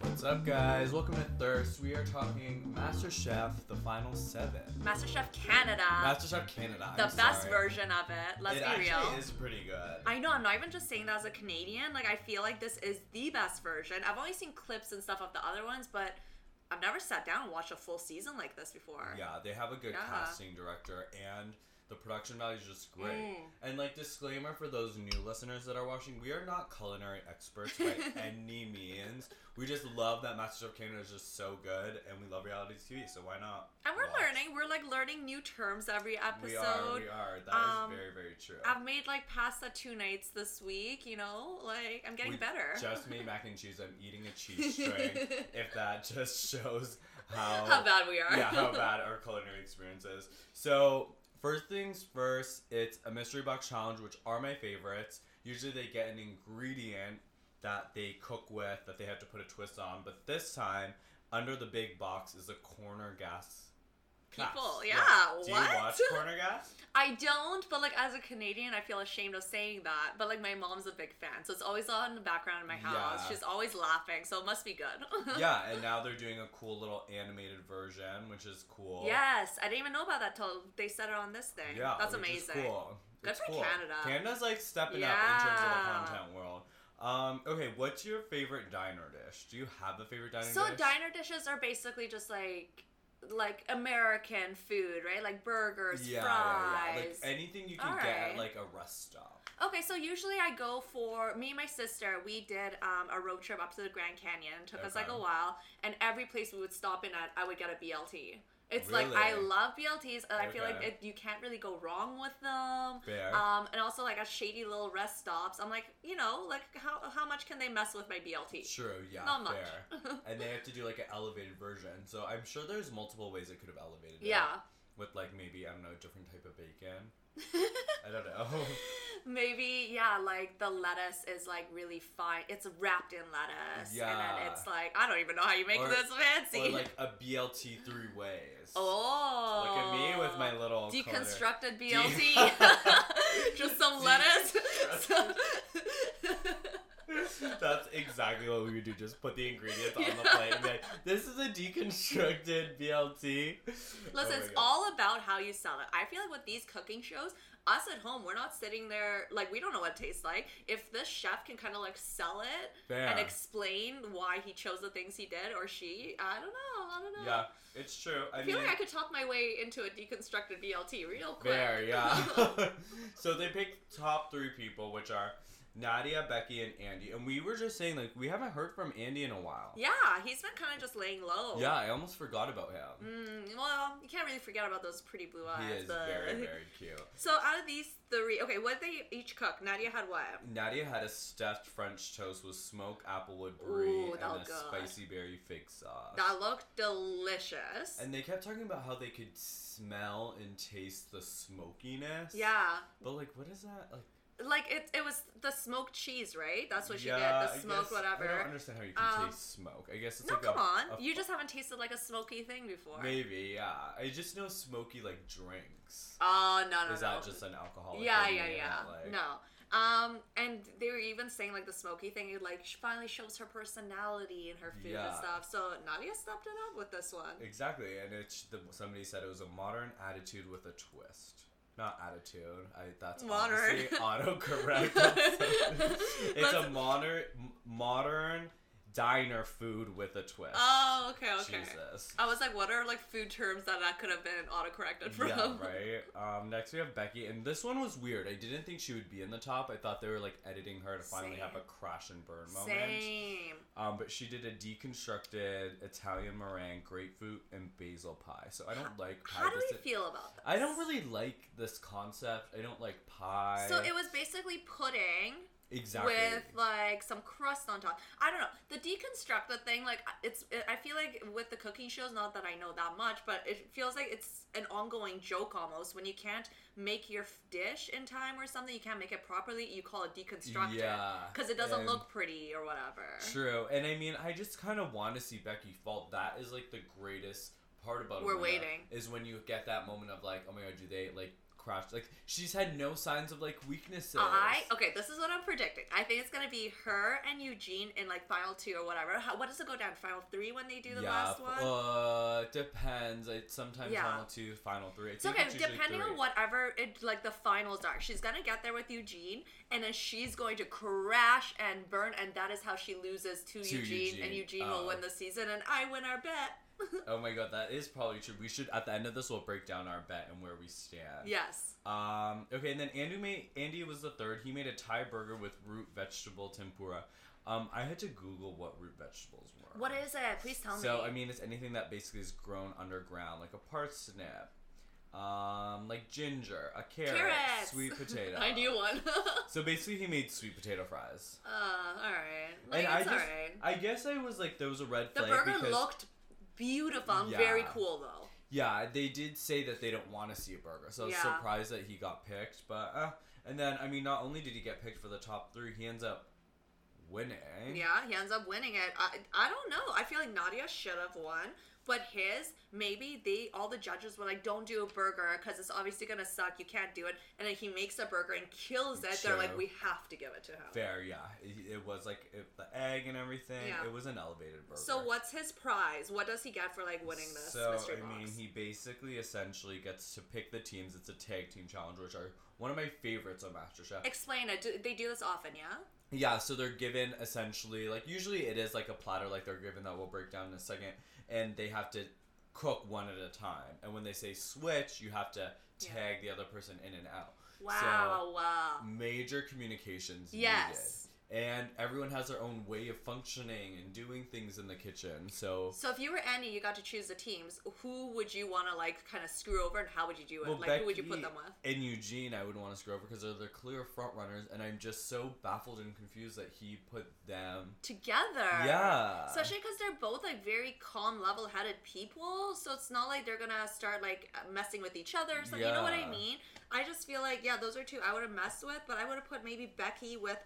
What's up, guys? Welcome to Thirst. We are talking MasterChef, the final seven. MasterChef Canada, MasterChef Canada. Uh, the I'm best sorry. version of it. Let's it be actually real. is pretty good. I know, I'm not even just saying that as a Canadian. Like, I feel like this is the best version. I've only seen clips and stuff of the other ones, but I've never sat down and watched a full season like this before. yeah, they have a good Yeah. casting director, and the production value is just great. Mm. And like disclaimer for those new listeners that are watching, we are not culinary experts by any means. We just love that MasterChef Canada is just so good, and we love reality TV. So why not? And we're watch? learning. We're like learning new terms every episode. We are. We are. That is Um, very, very true. I've made like pasta two nights this week, you know? Like, I'm getting We better. Just made mac and cheese. I'm eating a cheese string. if that just shows how, how bad we are. yeah, how bad our culinary experience is. So first things first, it's a mystery box challenge, which are my favorites. Usually they get an ingredient that they cook with that they have to put a twist on, but this time under the big box is a corner gas. class. People, yeah, Do you what? watch corner gas? I don't, but like as a Canadian, I feel ashamed of saying that. But like my mom's a big fan, so it's always on in the background in my house. Yeah. She's always laughing, so it must be good. yeah, and now they're doing a cool little animated version, which is cool. Yes, I didn't even know about that till they said it on this thing. Yeah, that's which is amazing. cool. Good It's for cool. Canada. Canada's like stepping up in terms Yeah. of the content world. Um, okay, what's your favorite diner dish? Do you have a favorite diner So dish? diner dishes are basically just like like American food, right? Like burgers, yeah, yeah, yeah. fries. Like anything you can All get at right. like a rest stop. okay, so usually I go for me and my sister. We did um, a road trip up to the Grand Canyon. It took us like Okay. a while, and every place we would stop in at, I would get a BLT. It's like I Really? love BLTs, and I feel like Okay. it, you can't really go wrong with them. Fair. Um, and also like at shady little rest stops. I'm like, you know, like how how much can they mess with my BLT? True, yeah, Not much. fair. and they have to do like an elevated version. So I'm sure there's multiple ways it could have elevated it. yeah, With like maybe, I don't know, a different type of bacon. I don't know. maybe yeah. Like the lettuce is like really fine. It's wrapped in lettuce, and Yeah. then it's like I don't even know how you make Or- this or fancy. like a BLT three ways. Look oh, at me with my little culinary- deconstructed De- BLT. Just some lettuce. That's exactly what we would do. Just put the ingredients on the Yeah. plate and be like, this is a deconstructed BLT. Listen, Oh my it's God. all about how you sell it. I feel like with these cooking shows, us at home, we're not sitting there like we don't know what it tastes like. If this chef can kind of like sell it Fair. and explain why he chose the things he did or she, I don't know. I don't know. Yeah, it's true. I, I feel mean, like I could talk my way into a deconstructed BLT real quick. fair, yeah. so they picked top three people, which are Nadia, Becky, and Andy. And we were just saying, like, we haven't heard from Andy in a while. yeah, he's been kind of just laying low. Yeah, I almost forgot about him. Mm, well, you can't really forget about those pretty blue eyes. He is but- very, very cute. So out of these three, okay, what did they each cook? Nadia had what? Nadia had a stuffed French toast with smoked applewood brie Ooh, and that a looked good. spicy berry fig sauce. That looked delicious. And they kept talking about how they could smell and taste the smokiness. yeah. But like, what is that? Like, like it, it was the smoked cheese, right? That's what she yeah, did. I The smoked guess- I don't whatever. understand how you can Um, taste smoke. I guess it's No, like come a, on. a- you just haven't tasted like a smoky thing before. maybe yeah. I just know smoky like drinks. Oh no no is no. that just an alcoholic? yeah thing, yeah you know, yeah. Like, no. Um, and they were even saying like the smoky thing, it like sh- finally shows her personality in her food and Yeah. stuff. So Nadia stepped it up with this one. Exactly, and it's the, somebody said it was a modern attitude with a twist. Not attitude. I that's Modern. obviously autocorrect. it's a That's- modern modern diner food with a twist. Oh okay okay. Jesus. I was like, what are like food terms that that could have been autocorrected from? Yeah, right. Um, next we have Becky, and this one was weird. I didn't think she would be in the top. I thought they were like editing her to finally have a Same. crash and burn moment. Same. Um, but she did a deconstructed Italian meringue, grapefruit, and basil pie. So I don't like pie. How do we this- feel about this? I don't really like this concept. I don't like pie. So it was basically pudding exactly with like some crust on top. I don't know the deconstructed thing. Like it's, I feel like with the cooking shows, not that I know that much, but it feels like it's an ongoing joke almost. When you can't make your f- dish in time or something, you can't make it properly. You call it deconstructed yeah because it doesn't and- look pretty or whatever. True, and I mean, I just kind of want to see Becky fall. That is like the greatest part about. a We're winner, waiting. Is when you get that moment of like, oh my god, do they like crashed. Like she's had no signs of like weaknesses. I okay. This is what I'm predicting. I think it's gonna be her and Eugene in like file two or whatever. How, what does it go down? File three when they do the yeah, last one. Uh, depends. It's sometimes Yeah. final two, final three. I it's think okay. it's usually Depending three. on whatever it like the finals are, she's gonna get there with Eugene, and then she's going to crash and burn, and that is how she loses to, To Eugene, and Eugene. Eugene Oh. will win the season, and I win our bet. Oh my god, that is probably true. We should at the end of this we'll break down our bet and where we stand. yes. Um. Okay, and then Andy made Andy was the third. He made a Thai burger with root vegetable tempura. Um, I had to Google what root vegetables were. What is it? Please tell me. so I mean, it's anything that basically is grown underground, like a parsnip, um, like ginger, a carrot, Carrots. sweet potato. I knew one. So basically, he made sweet potato fries. uh, all right. Like, And I it's all just- right. I guess I was like, there was a red The flag burger because looked beautiful. and Very Yeah. cool though. yeah, they did say that they don't want to see a burger, so I was Yeah. surprised that he got picked. But uh, and then I mean, not only did he get picked for the top three, he ends up winning. Yeah, he ends up winning it. I, I don't know. I feel like Nadia should have won, but his maybe they all the judges were like, "Don't do a burger because it's obviously gonna suck. You can't do it." And then he makes a burger and kills it. They're Sure. like, "We have to give it to him." Fair, yeah. It, it was like it, the egg and everything. Yeah. It was an elevated burger. So what's his prize? What does he get for like winning this So mystery I box? mean, he basically essentially gets to pick the teams. It's a tag team challenge, which are one of my favorites on MasterChef. Explain it. Do, they do this often, yeah? Yeah, so they're given essentially like usually it is like a platter like they're given that we'll break down in a second, and they have to cook one at a time. And when they say switch, you have to Yeah. tag the other person in and out. Wow. wow. Major communications needed. Yes. And everyone has their own way of functioning and doing things in the kitchen. So So if you were Andy, you got to choose the teams. Who would you want to like kind of screw over, and how would you do it? Well, like who would you Becky- put them with? in Eugene, I would want to screw over because they're the clear front runners, and I'm just so baffled and confused that he put them. Together. Yeah. Especially because they're both like very calm, level-headed people, so it's not like they're gonna start like messing with each other. So you know what I Yeah. mean? I just feel like yeah, those are two I would have messed with, but I would have put maybe Becky with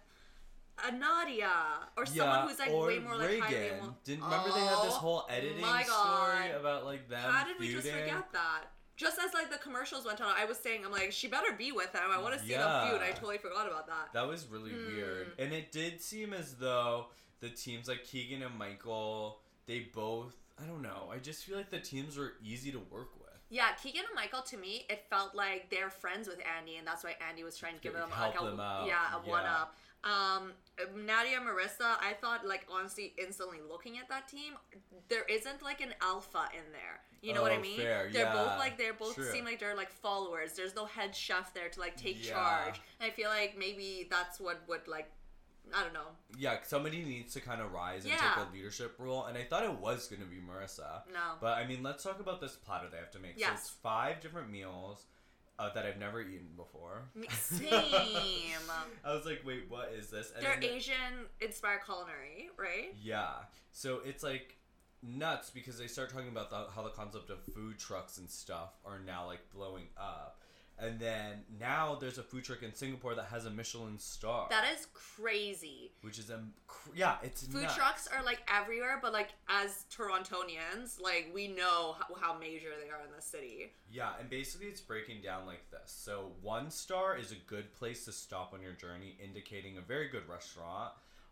a Nadia or someone who's like or way more Reagan. like highly. emo- Didn't remember they had this Oh, whole editing my God. story about like them. How did we just feuding? forget that? Just as like the commercials went on, I was saying, I'm like, she better be with him. I want to see Yeah. the feud. I totally forgot about that. That was really Hmm. weird, and it did seem as though the teams like Keegan and Michael, they both. I don't know. I just feel like the teams were easy to work with. Yeah, Keegan and Michael to me, it felt like they're friends with Andy, and that's why Andy was trying to give Good, them help like a them out, yeah a yeah. one up. Um, Nadia Marissa, I thought like honestly, instantly looking at that team, there isn't like an alpha in there. You know what I Oh, mean? fair, They're yeah, both like they're both true. seem like they're like followers. There's no head chef there to like take Yeah. charge. And I feel like maybe that's what would like, I don't know. Yeah, somebody needs to kind of rise and Yeah. take a leadership role, and I thought it was going to be Marissa. No. But I mean, let's talk about this platter they have to make. So Yes. it's five different meals uh, that I've never eaten before. Me- same. I was like, wait, what is this? And They're then the- Asian inspired culinary, right? yeah. So it's like nuts because they start talking about the, how the concept of food trucks and stuff are now like blowing up. And then now there's a food truck in Singapore that has a Michelin star. That is crazy. Which is, um, cr- yeah, it's Food nuts. trucks are like everywhere, but like as Torontonians, like we know how, how major they are in the city. Yeah, and basically it's breaking down like this. So, one star is a good place to stop on your journey, indicating a very good restaurant,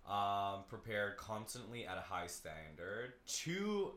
um, prepared constantly at a high standard. Two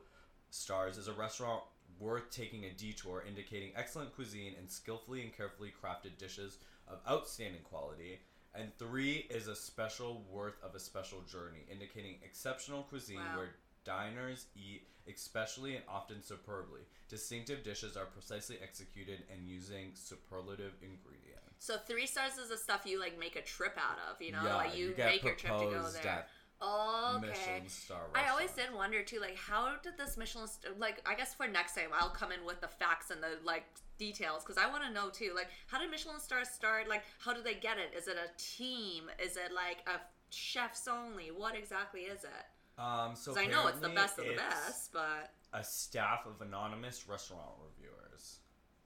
stars is a restaurant worth taking a detour, indicating excellent cuisine and skillfully and carefully crafted dishes of outstanding quality. And three is a special worth of a special journey, indicating exceptional cuisine Wow. where diners eat especially and often superbly. Distinctive dishes are precisely executed and using superlative ingredients. So three stars is the stuff you like make a trip out of, you know, like you, get make your trip to go proposed there. at Okay. Michelin star I always restaurant. did wonder too, like how did this Michelin st- like I guess for next time I'll come in with the facts and the like details because I want to know too, like how did Michelin stars start? Like how do they get it? Is it a team? Is it like a chefs only? What exactly is it? Um, so 'Cause I know it's the apparently best of the it's best, but A staff of anonymous restaurant reviewers.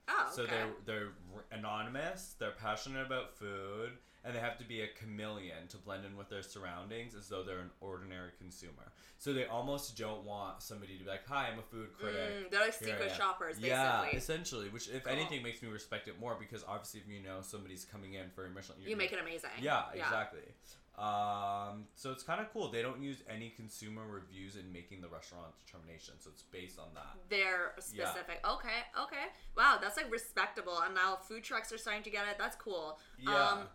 oh, okay. So they're they're r- anonymous. They're passionate about food, and they have to be a chameleon to blend in with their surroundings as though they're an ordinary consumer. So they almost don't want somebody to be like, "Hi, I'm a food critic." Mm, they're like secret Yeah, yeah. shoppers, basically. Yeah, essentially, which if Cool. anything makes me respect it more because obviously if you know somebody's coming in for a Michelin, you make it amazing. yeah, exactly. Um, so it's kind of cool. They don't use any consumer reviews in making the restaurant determination, so it's based on Um, that. They're specific. Okay, okay. Wow, that's like respectable. And now food trucks are starting to get it. That's cool. Yeah, Um,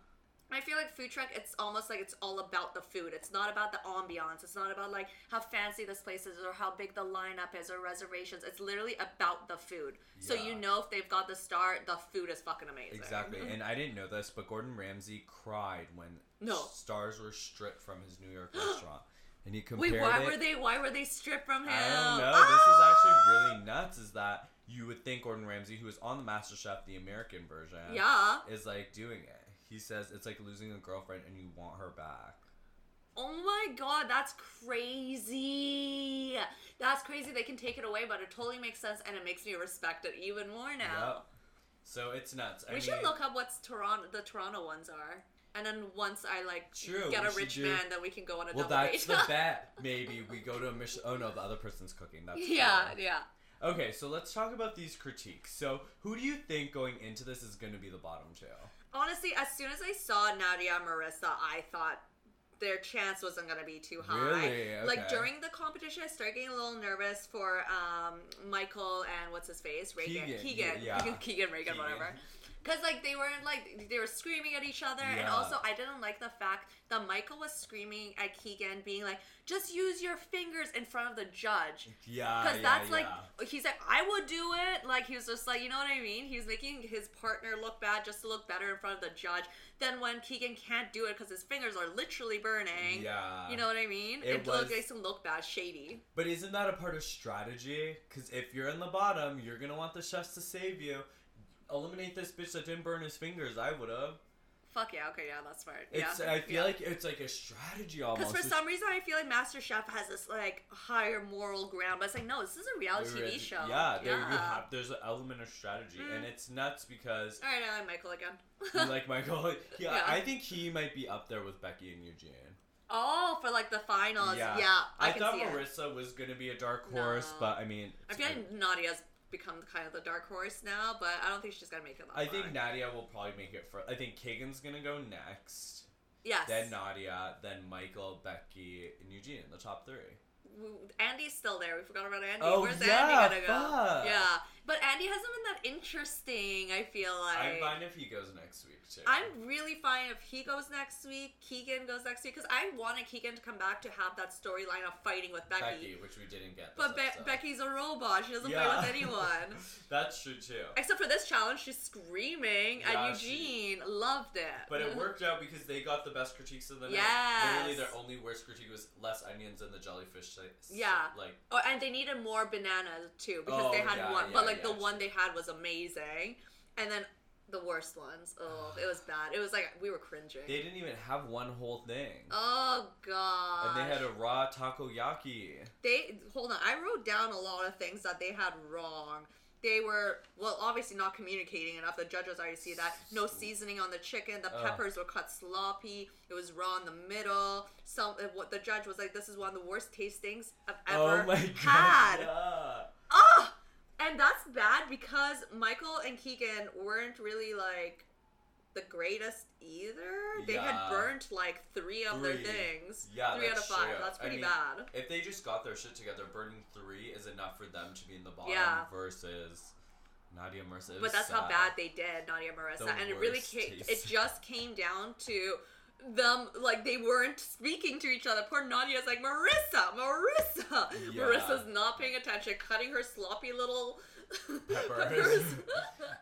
I feel like food truck, it's almost like it's all about the food. It's not about the ambiance. It's not about like how fancy this place is or how big the lineup is or reservations. It's literally about the food. So Yeah. you know if they've got the star, the food is fucking amazing. exactly. And I didn't know this, but Gordon Ramsay cried when No. stars were stripped from his New York restaurant, and he compared Wait, why it. were they? Why were they stripped from Ah, I him? don't know. This is actually really nuts. Is that you would think Gordon Ramsay, who is on the MasterChef, the American version, Yeah. is like doing it. He says it's like losing a girlfriend and you want her back. Oh my god, that's crazy. That's crazy. They can take it away, but it totally makes sense and it makes me respect it even more now. Yep. So it's nuts. I we should mean- look up what's Toronto the Toronto ones are. And then once I like True, get we a should rich do- man, then we can go on a Well, double that's date. the bet. Maybe we go to a mission. Oh no, the other person's cooking. That's yeah, fine. yeah. Okay, so let's talk about these critiques. So, who do you think going into this is going to be the bottom two? Honestly, as soon as I saw Nadia and Marissa, I thought their chance wasn't going to be too high. Really? Like Okay. during the competition, I started getting a little nervous for um, Michael and what's his face, Reagan, Keegan, Keegan, yeah. Keegan, Keegan Reagan, Keegan. whatever. Because like they weren't like they were screaming at each other, and Yeah. also I didn't like the fact that Michael was screaming at Keegan, being like, "Just use your fingers in front of the judge." Yeah, Because Uh, yeah, that's yeah. like he's like I would do it. Like he was just like you know what I mean. He was making his partner look bad just to look better in front of the judge. Then when Keegan can't do it because his fingers are literally burning. yeah. You know what I mean? It It, look was- makes him look bad, shady. But isn't that a part of strategy? Because if you're in the bottom, you're gonna want the chefs to save you. Eliminate this bitch that didn't burn his fingers. I would have. Fuck yeah, okay, yeah, that's smart. It's. yeah. I feel like it's like a strategy because almost. for It's- some reason I feel like MasterChef has this like higher moral ground, but it's like no, this is a reality there TV is- show. Yeah, there you Yeah. Mm. have. There's an element of strategy, and it's nuts because All right, I like Michael again. You like Michael? Yeah, Yeah. I think he might be up there with Becky and Eugene. oh, for like the finals. Yeah, I, I, can thought see it. Marissa was gonna be a dark horse, No. but I mean, I feel like Nadia's become kind of the dark horse now, but I don't think she's gonna make it. That I think far. Nadia will probably make it for. I think Kagan's gonna go next, yes. then Nadia, then Michael, Becky, and Eugene, the top three. W- Andy's still there. We forgot about Andy. Oh, Where's yeah, Andy gonna go? fuck. Yeah, but Andy hasn't been that interesting. I feel like I'm fine if he goes next week too. I'm really fine if he goes next week, Keegan goes next week, because I wanted Keegan to come back to have that storyline of fighting with Becky. Becky, which we didn't get. This But Be- episode. Becky's a robot. She doesn't Yeah. fight with anyone. That's true too. Except for this challenge, she's screaming, Yeah, and she- Eugene loved it. But it worked out because they got the best critiques of the night. Literally, Yes. their only worst critique was less onions and the jellyfish. Like, s- Yeah. Like Oh, and they needed more bananas too because Oh, they had yeah, one, but yeah, like the yeah. one they had was amazing, and then the worst ones. Oh, it was bad. It was like we were cringing. they didn't even have one whole thing. oh god. And they had a raw takoyaki. They hold on. I wrote down a lot of things that they had wrong. They were well, obviously not communicating enough. The judges already see that. No seasoning on the chicken. The Ugh. peppers were cut sloppy. It was raw in the middle. Some uh, what the judge was like, "This is one of the worst tastings I've ever oh my had." god. yeah. Ah, and that's bad because Michael and Keegan weren't really like the greatest either. They Yeah. had burnt like three of their Three. things. Yeah, three out of that's five. true. That's I pretty mean, bad. If they just got their shit together, burning three is enough for them to be in the bottom Yeah. versus Nadia Mercer. But that's how bad they did, Nadia The Marissa, and it really worst came, taste. it just came down to them like they weren't speaking to each other. Poor Nadia's like Marissa, Marissa, Yeah. Marissa's not paying attention, cutting her sloppy little Peppers.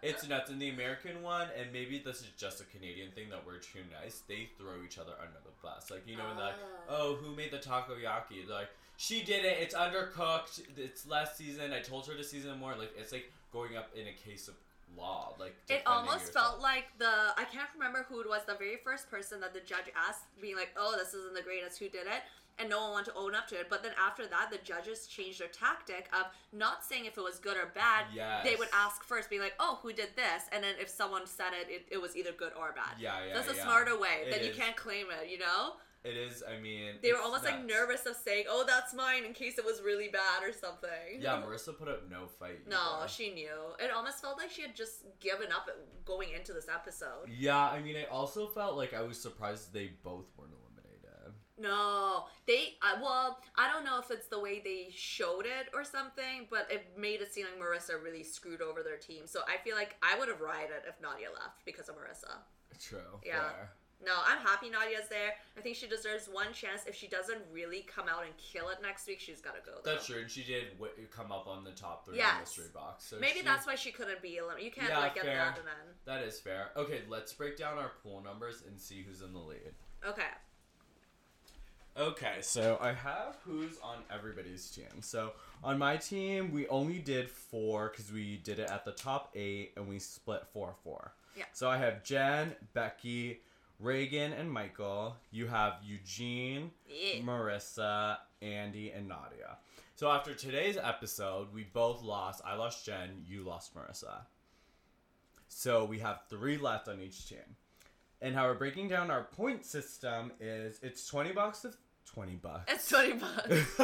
It's nuts. In the American one, and maybe this is just a Canadian thing that we're too nice, they throw each other under the bus. Like, you know, when they're like, Ah. oh, who made the takoyaki? They're like, she did it. It's undercooked. It's less seasoned. I told her to season more. Like, it's like going up in a case of law. Like, It defending almost yourself. felt like the I can't remember who it was the very first person that the judge asked, being like, "Oh, this isn't the greatest. Who did it?" and no one wanted to own up to it. But then after that, the judges changed their tactic of not saying if it was good or bad. Yes. They would ask first, be like, "Oh, who did this?" And then if someone said it, it, it was either good or bad. Yeah, yeah, That's a yeah. smarter way. It then you is. can't claim it. You know. It is. I mean, They were it's almost like nuts. nervous of saying, "Oh, that's mine," in case it was really bad or something. Yeah, Marissa put up no fight. No, either. she knew. It almost felt like she had just given up going into this episode. Yeah, I mean, I also felt like I was surprised they both weren't eliminated. No, they. Uh, well, I don't know if it's the way they showed it or something, but it made it seem like Marissa really screwed over their team. So I feel like I would have rioted if Nadia left because of Marissa. True. Yeah. fair. No, I'm happy Nadia's there. I think she deserves one chance. If she doesn't really come out and kill it next week, she's gotta go. Though. That's true, and she did w- come up on the top three Yes. in mystery box. So Maybe she- that's why she couldn't be eliminated. You can't Yeah, like get fair. that and then. that is fair. Okay, let's break down our pool numbers and see who's in the lead. Okay. Okay, so I have who's on everybody's team. So on my team, we only did four because we did it at the top eight and we split four four. Yeah. So I have Jen, Becky, Reagan, and Michael. You have Eugene, Yeah. Marissa, Andy, and Nadia. So after today's episode, we both lost. I lost Jen, you lost Marissa. So we have three left on each team. And how we're breaking down our point system is it's 20 bucks of 20 bucks. It's twenty bucks.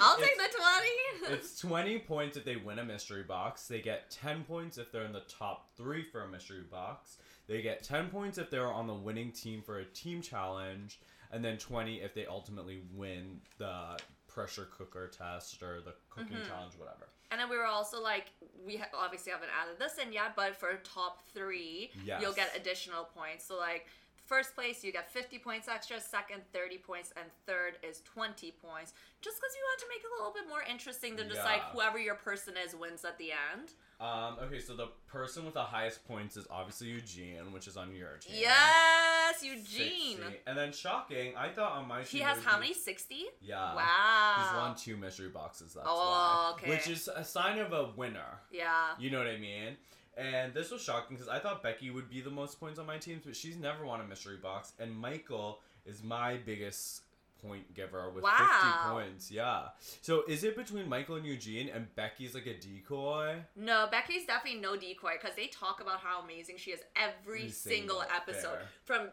I'll take It's- the twenty. It's 20 points if they win a mystery box. They get 10 points if they're in the top three for a mystery box. They get 10 points if they're on the winning team for a team challenge. And then 20 if they ultimately win the pressure cooker test or the cooking Mhm. challenge, whatever. And then we were also like, we ha- obviously haven't added this in yet, but for top three, Yes. you'll get additional points. So like, first place you get 50 points extra, second 30 points, and third is 20 points. Just because we want to make it a little bit more interesting than just like Yeah. whoever your person is wins at the end. Um, okay, so the person with the highest points is obviously Eugene, which is on your team. Yes, 60. Eugene. And then shocking, I thought on my team. He it has would how be- many? 60? Yeah. wow. He's won two mystery boxes. That's Oh, why. okay. Which is a sign of a winner. Yeah. You know what I mean? And this was shocking because I thought Becky would be the most points on my teams, but she's never won a mystery box. And Michael is my biggest point giver with Wow. 50 points. Yeah. So is it between Michael and Eugene and Becky's like a decoy? No, Becky's definitely no decoy because they talk about how amazing she is every Every single single- episode fair. from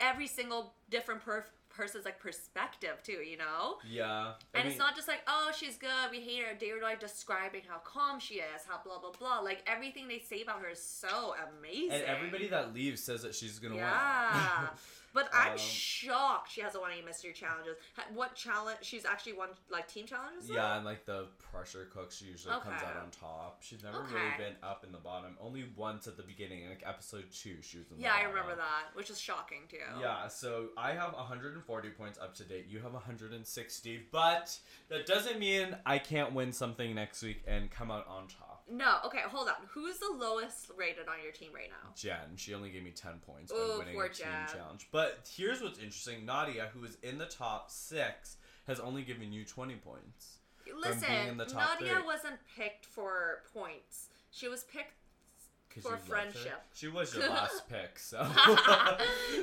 every single different per- person's like perspective too, you know. Yeah. I And mean, it's not just like, oh, she's good, we hate her. They were like describing how calm she is, how blah blah blah. Like everything they say about her is so amazing. And everybody that leaves says that she's going to Yeah. win. But I'm Um, shocked she hasn't won any mystery challenges. Ha- What challenge? She's actually won like team challenges. though? Yeah, and like the pressure cook, she usually comes Okay. out on top. She's never Okay. really been up in the bottom. Only once at the beginning, like episode two, she was in the Yeah, I bottom. remember that, which is shocking too. Yeah, so I have 140 points up to date. You have 160, but that doesn't mean I can't win something next week and come out on top. No, okay, hold on. Who's the lowest rated on your team right now? Jen, she only gave me 10 points Ooh, when winning poor a team Jen. challenge. But here's what's interesting Nadia, who is in the top six, has only given you 20 points. being Listen, in the top Nadia three. wasn't picked for points. She was picked 'cause For you loved her. friendship. She was your last pick, so.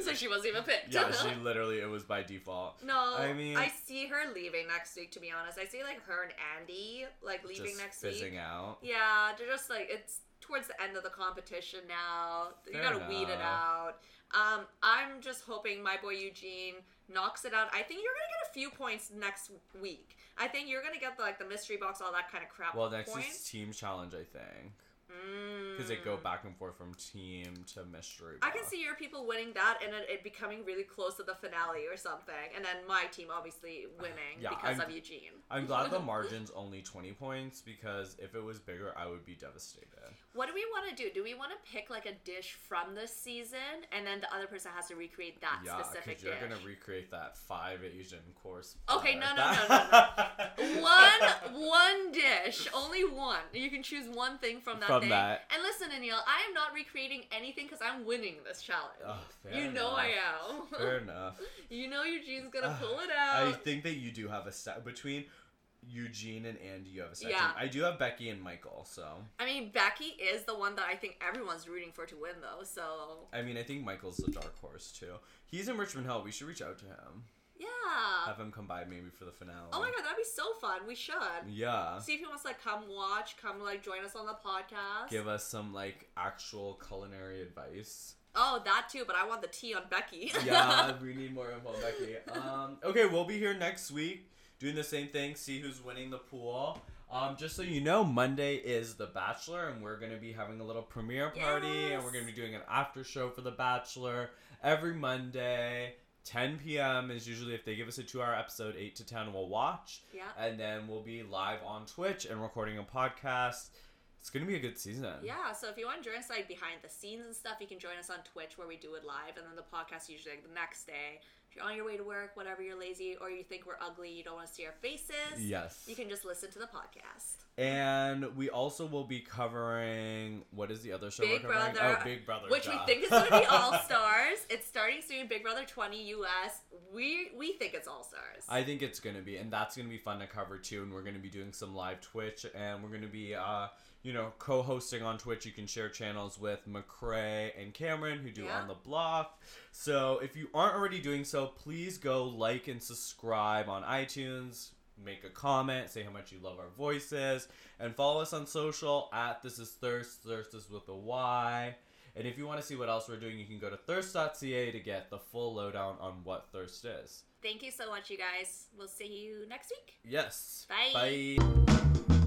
so she wasn't even picked. yeah, she literally, it was by default. no, I I mean mean- I see her leaving next week to be honest. I see like her and Andy like leaving Just next fizzing week. out. Yeah, they're just like it's towards the end of the competition now. you Fair gotta weed it out. enough. Um, I'm just hoping my boy Eugene knocks it out. I think you're gonna get a few points next week. I think you're gonna get the, like the mystery box, all that kind of crap. Well, next is points. Mm. team challenge, I think. Because because they go back and forth from team to mystery. I can box. see your people winning that and it, it becoming really close to the finale or something, and then my team obviously winning Yeah, because I'm- of Eugene. I'm glad the margin's only 20 points because if it was bigger, I would be devastated. What do we want to do? Do we want to pick like a dish from this season, and then the other person has to recreate that yeah, specific because you're dish? going to recreate that five Asian course. Okay, platter. no, no, no, That- one one dish, only one. You can choose one thing from that From thing. that. And listen, Anil, I am not recreating anything because I'm winning this challenge. Ugh, fair you know I enough. am. Fair enough. you know Eugene's gonna Ugh, pull it I out. think that you do have a set between Eugene and Andy. You have a set. Yeah. team. I do have Becky and Michael. So, I mean, Becky is the one that I think everyone's rooting for to win, though. So I mean, I think Michael's the dark horse too. He's in Richmond Hill. We should reach out to him. Yeah. Have him come by maybe for the finale. Uh, Oh my god, that'd be so fun. We should. Yeah. See if he wants to like come watch, come like join us on the podcast. Give us some like actual culinary advice. oh, that too, but I want the tea on Becky. yeah, we need more info, Becky. Um, okay, we'll be here next week doing the same thing. See who's winning the pool. Um, just so you know, Monday is The Bachelor, and we're gonna be having a little premiere party, and we're Yes. gonna be doing an after show for The Bachelor every Monday. 10 p.m. is usually if they give us a two-hour episode, eight to ten, we'll watch, yeah. and then we'll be live on Twitch and recording a podcast. It's gonna be a good season. Yeah, so if you want to join us like behind the scenes and stuff, you can join us on Twitch where we do it live, and then the podcast usually like, the next day. If you're on your way to work, whatever, you're lazy, or you think we're ugly, you don't want to see our faces, Yes. you can just listen to the podcast. And we also will be covering what is the other show Big we're covering? Brother, oh, Big Brother, Which we duh. think is going to be All Stars. It's starting soon, Big Brother 20 US. We we think it's All Stars. I think it's gonna be, and that's gonna be fun to cover too. And we're gonna be doing some live Twitch, and we're gonna be, uh, you know, co-hosting on Twitch. You can share channels with McCray and Cameron, who do Yeah. on the block. So if you aren't already doing so, please go like and subscribe on iTunes. Make a comment, say how much you love our voices, and follow us on social at This Is Thirst. Thirst is with a Y. And if you want to see what else we're doing, you can go to thirst.ca to get the full lowdown on what thirst is. Thank you so much, you guys. We'll see you next week. Yes. Bye. Bye.